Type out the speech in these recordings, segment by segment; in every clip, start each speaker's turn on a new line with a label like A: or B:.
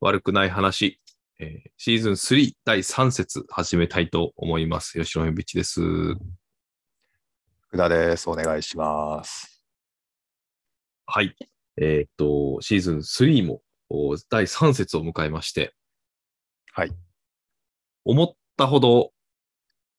A: 悪くない話、えーシーズン3第3節始めたいと思います。吉野ビッチです。
B: 福田です。お願いします。
A: はい。えーっと、シーズン3もお第3節を迎えまして、
B: はい。
A: 思ったほど、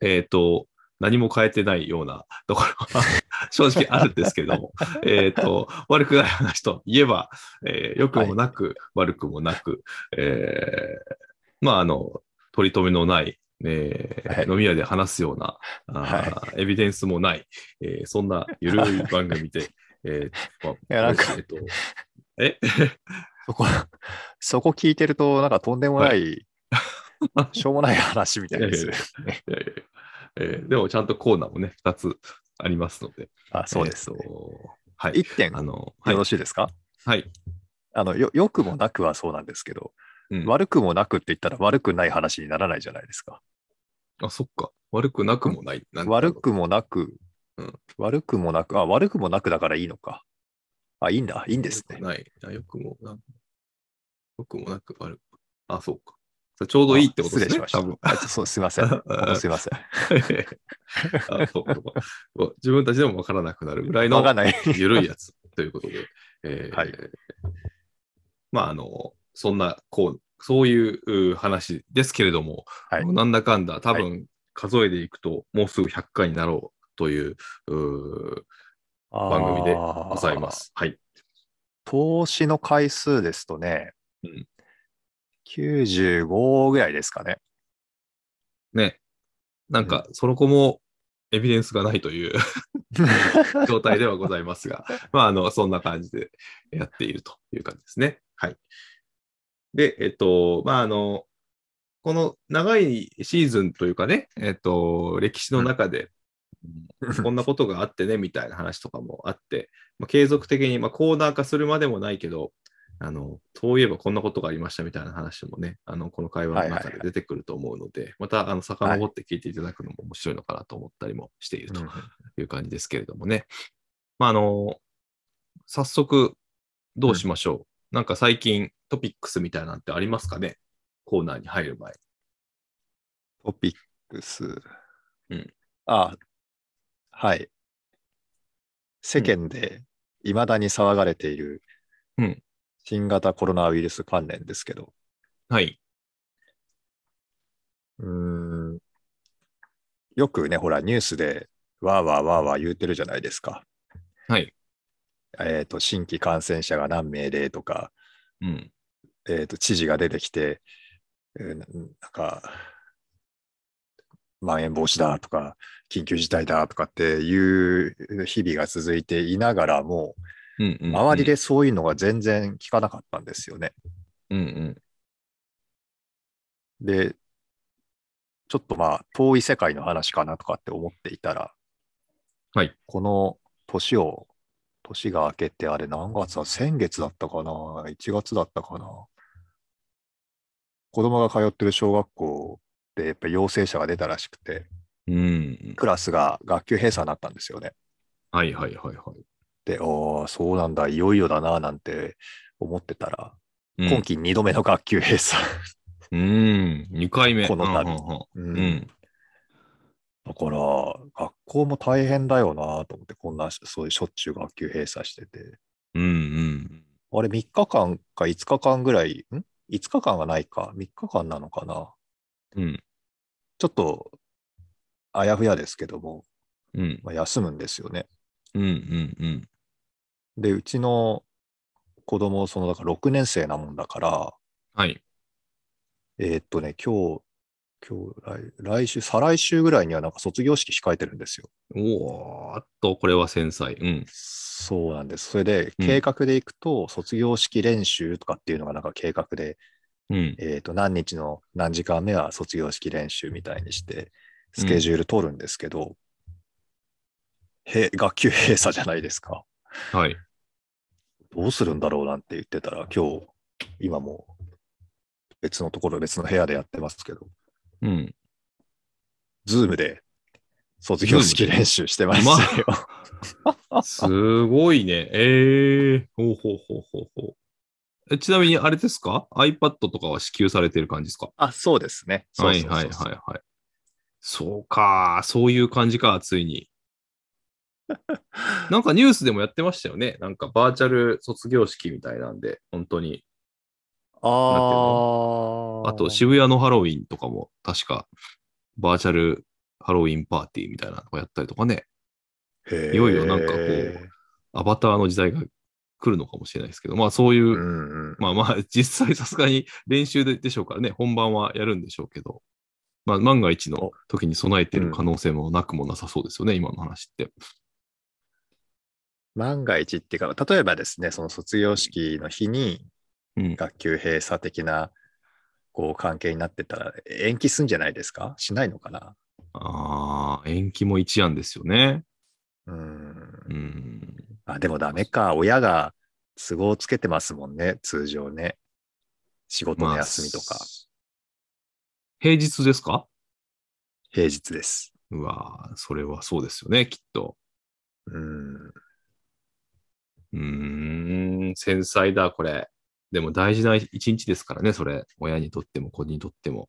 A: えーっと、何も変えてないようなところは 正直あるんですけれ ども、えーっと、悪くない話といえば、えー良くもなく、悪くもなく、えーまあ、あの、取り留めのない、えー
B: はい
A: 飲み屋で話すような、あーエビデンスもない、えーそんなゆるい番組で、えーまあ
B: やなんか
A: えっと、え
B: そこ、 そこ聞いてると、なんかとんでもない、
A: は
B: しょうもない話みたいです。
A: いやいいやいやえーでもちゃんとコーナーもね、2つありますので。
B: あそうです、ね
A: えーとはい。
B: 一点、
A: あの、はい
B: よろ。しいですか
A: はい。
B: あのよ、良くもなくはそうなんですけど、
A: うん
B: 悪くもなくって言ったら悪くない話にならないじゃないですか。
A: あ、そっか。悪くなくもない。なんか
B: 悪。くもなく、
A: うん
B: 悪くもなく、あ、悪くもなくだからいいのか。あ、いいんだ、いいんですね
A: 良く。ない。あよくもなく。よくもなく悪く。あ、そうか。それちょうどいいってことですね。
B: あ失礼しました。あそうすい ません。
A: 多分
B: 本当すいません。
A: あそうか自分たちでもわからなくなるぐらいの
B: わかん ない。
A: ゆるいやつということで、えー
B: はい
A: まあ、あの、そんな、こう、そういうう話ですけれども、
B: はい
A: なんだかんだ、多分数えでいくと、もうすぐ100回になろうという、うー番組でご
B: ご
A: ざいま。す。はい。
B: 投資の回数ですとね、
A: うん
B: 95ぐらいですかね。
A: ね。なんか、その子も、エビデンスがないという 状態ではございますが、まあ、あの、そんな感じでやっているという感じですね。はい。で、えっと、まあ、あの、この長いシーズンというかね、えっと、歴史の中で、こんなことがあってね、みたいな話とかもあって、まあ、継続的に、まあ、コーナー化するまでもないけど、あの、そういえばこんなことがありましたみたいな話もね、あの、この会話の中で出てくると思うので、また、あの、遡って聞いていただくのも面白いのかなと思ったりもしているという感じですけれどもね。まあ、あの、早速、どうしましょう、なんか最近トピックスみたいなんてありますかねコーナーに入る前。
B: トピックス。
A: うん
B: あ、はい。世間で未だに騒がれている
A: うん
B: 新型コロナウイルス関連ですけど、
A: はい。
B: うーんよくね、ほら、ニュースでわーわーわーわー言うてるじゃないですか。
A: はい。
B: えっ、と、新規感染者が何名でとか、
A: うん。
B: えー、と知事が出てきて、えーななんか、まん延防止だとか、緊急事態だとかっていう日々が続いていながらも、
A: うん、うん。
B: 周りでそういうのが全然聞かなかったんですよね。
A: うんうん。
B: で、ちょっとまあ、遠い世界の話かなとかって思っていたら、
A: はい。
B: この年を、年が明けて、あれ何月だ先月だったかな ?1 月だったかな子供が通ってる小学校で、やっぱ陽性者が出たらしくて、
A: うんうん。
B: クラスが学級閉鎖になったんですよね。
A: はいはいはいはい。
B: で、ああ、そうなんだ、いよいよだな、なんて思ってたら、
A: うん
B: 今季2度目の学級閉鎖。
A: うん、2回目。
B: この度う
A: うんんうんうん。
B: だから、学校も大変だよなと思って、こんな、そういうしょっちゅう学級閉鎖してて。
A: うんうん。
B: あれ、3日間か5日間ぐらい、ん ?5 日間がないか、3日間なのかな。
A: うん
B: ちょっと、あやふやですけども、
A: うん
B: まあ、休むんですよね。
A: うんうんうん。
B: で、うちの子供、その、だから6年生なもんだから、
A: はい。
B: えーっとね、今日、今日、来来週、再来週ぐらいにはなんか卒業式控えてるんですよ。
A: おーっと、これは繊細。うん。
B: そうなんです。それで、
A: うん
B: 計画でいくと、卒業式練習とかっていうのがなんか計画で
A: うん。
B: えー、と何日の何時間目は卒業式練習みたいにしてスケジュール取るんですけど、へ学級閉鎖じゃないですか
A: はい。
B: どうするんだろうなんて言ってたら今日今もう別のところ別の部屋でやってますけど
A: うん。
B: ズームで卒業式練習してましたよ、
A: すごいね。ええー。ほうほうほうほうほえちなみにあれですか ?iPad とかは支給されてる感じですか
B: あ、そうですね。
A: はいはいはいはい。そうか、そういう感じか、つい に。なんかニュースでもやってましたよね。なんかバーチャル卒業式みたいなんで、本当に。
B: ああ。
A: あと渋谷のハロウィンとかも、確かバーチャルハロウィンパーティーみたいなのをやったりとかね。いよいよなんかこうアバターの時代が来るのかもしれないですけど、まあそういうう、
B: んうん。
A: まあま あ実際さすがに練習ででしょうからね、本番はやるんでしょうけど、まあ万が一の時に備えてる可能性もなくもなさそうですよね、今の話って。
B: 万が一っていうか、例えばですね、その卒業式の日に
A: うん。
B: 学級閉鎖的なこう関係になってたら延期すんじゃないですかしないのかな
A: ああ、延期も一案ですよね。
B: うん。
A: うん。
B: あ、でもダメか。親が都合つけてますもんね、通常ね。仕事の休みとか、
A: 平日ですか
B: 平日です。
A: うわーそれはそうですよね、きっと。
B: うん。
A: うーん、繊細だ、これ。でも大事な一日ですからね、それ。親にとっても、子にとっても。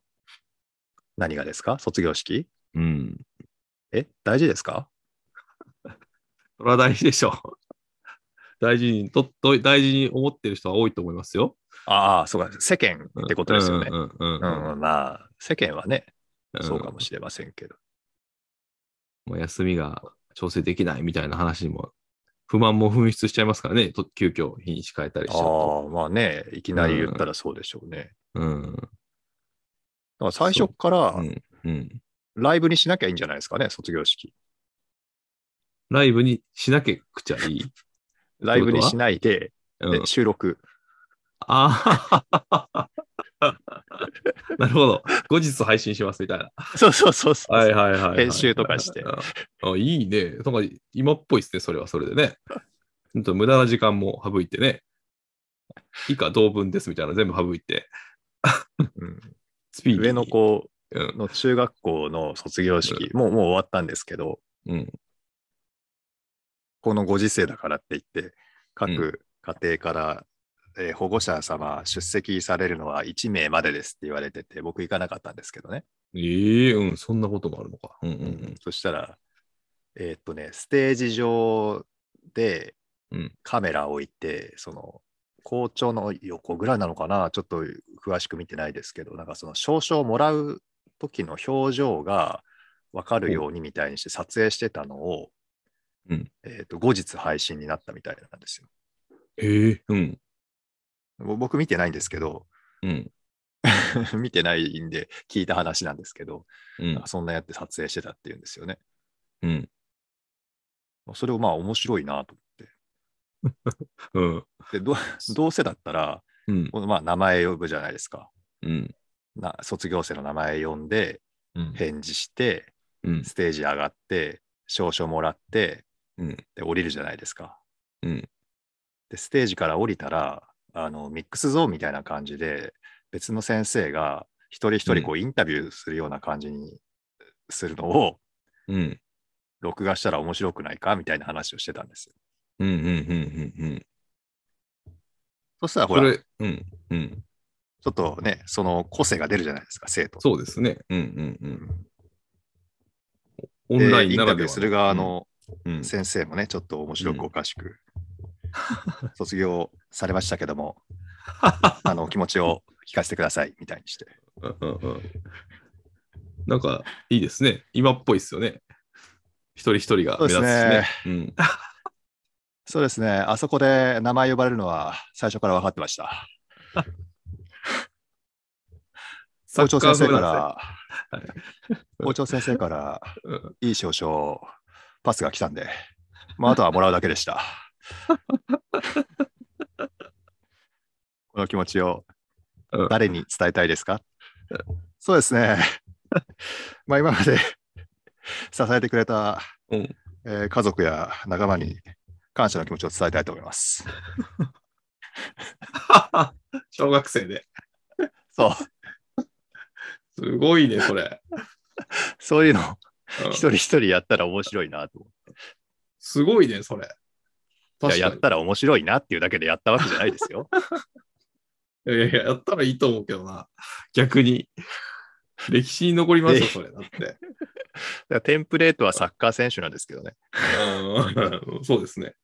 B: 何がですか卒業式
A: うん。
B: え大事ですか
A: それは大事でしょ う。大事にとっと、大事に思ってる人は多いと思いますよ。
B: ああ、そうか。世間
A: うん
B: ってことですよね。
A: うんうん
B: う、
A: うんん
B: うん、まあ、世間はね、
A: うん。
B: そうかもしれませんけど。
A: もう休みが調整できないみたいな話にも、不満も紛失しちゃいますからね、と急遽日にち変えたりしちゃうと。
B: ああ、まあね、いきなり言ったらそうでしょうね。
A: うん。
B: だから最初から
A: うんうん。
B: ライブにしなきゃいいんじゃないですかね、卒業式。
A: ライブにしなきゃくちゃいい。
B: ライブにしないで、
A: うん
B: で、収録。
A: ああ。 なるほど。後日配信しますみたいな。
B: そうそうそうそう。
A: はいはいはいはい、
B: 編集とかして
A: うん。 あいいね。なんか今っぽいですね、それはそれでね。 ほんと無駄な時間も省いてね。以下同文ですみたいなの全部省いて。
B: うん
A: スピーディーに
B: 上の子
A: うん。
B: の中学校の卒業式、もうもう終わったんですけど、
A: うん。
B: このご時世だからって言って、
A: う
B: 各家庭から、えー保護者様出席されるのは1名までですって言われてて、僕行かなかったんですけどね。
A: ええうん。そんなこともあるのか。うんうん
B: そしたら、えーっとね、ステージ上で
A: うん
B: カメラを置いて、その校長の横ぐらいなのかな、ちょっと詳しく見てないですけど、なんかその証書をもらう時の表情が分かるようにみたいにして撮影してたのを、
A: うん
B: えーっと後日配信になったみたいなんですよ。
A: ええうん。
B: ぼ僕見てないんですけど、
A: うん。
B: 見てないんで聞いた話なんですけど、
A: うん。
B: そんなやって撮影してたっていうんですよね。
A: うん。
B: それをまあ面白いなと思って。
A: うん。
B: で どうどうせだったら、
A: うん。
B: このまあ、名前呼ぶじゃないですか
A: うん。
B: な。卒業生の名前呼んで、
A: うん。
B: 返事して、
A: うん。
B: ステージ上がって、証書もらって、
A: うん
B: で降りるじゃないですか。
A: うん
B: で、ステージから降りたらあの、ミックスゾーンみたいな感じで、別の先生が一人一人こうインタビューするような感じにするのを、
A: うん。
B: 録画したら面白くないかみたいな話をしてたんですよ。
A: うん。うん。うん。うん。
B: そしたらほ
A: こ
B: ら、ち
A: れ、うん。うん。
B: ょっとね、その個性が出るじゃないですか、生徒。
A: そうですね。うん。うん。うん。オ
B: で
A: ンライン
B: イン
A: なら
B: タ
A: で
B: ビュ
A: は
B: ーする側の
A: うん、
B: 先生もね、ちょっと面白
A: うん
B: くおか しく、卒業されましたけど も、あの、お気持ちを聞かせてください、みたいにして。
A: うんうんうんなんかいいですね。今っぽいですよね。一人一人が目立つしね。うん
B: そうですね、あそこで名前呼ばれるのは最初から分かってました。
A: サ
B: 校
A: ッ
B: 長
A: カー風
B: 先生か
A: なん
B: ら、
A: はい
B: 校長先生から、
A: ですね
B: いい少々パスが来たんで、まあ、あとはもらうだけでした。この気持ちを
A: うん
B: 誰に伝えたいですか、そうですね。 まあ今まで 支えてくれた、
A: うん
B: えー家族や仲間に感謝の気持ちを伝えたいと思います。
A: うん小学生で。
B: そう、
A: すごいね、それ。
B: そういうのを
A: うん
B: 一人一人やったら面白いなと思
A: すごいね、それ。
B: って。
A: 確
B: いや、やっ
A: か
B: たら面白いなっていうだけでやったわけじゃないですよ。
A: いやいや、やったらいいと思うけどな。逆に。歴史に残りますよ、それ。だって。
B: らテンプレートはサッカー選手なんですけどね。
A: うんそうですね。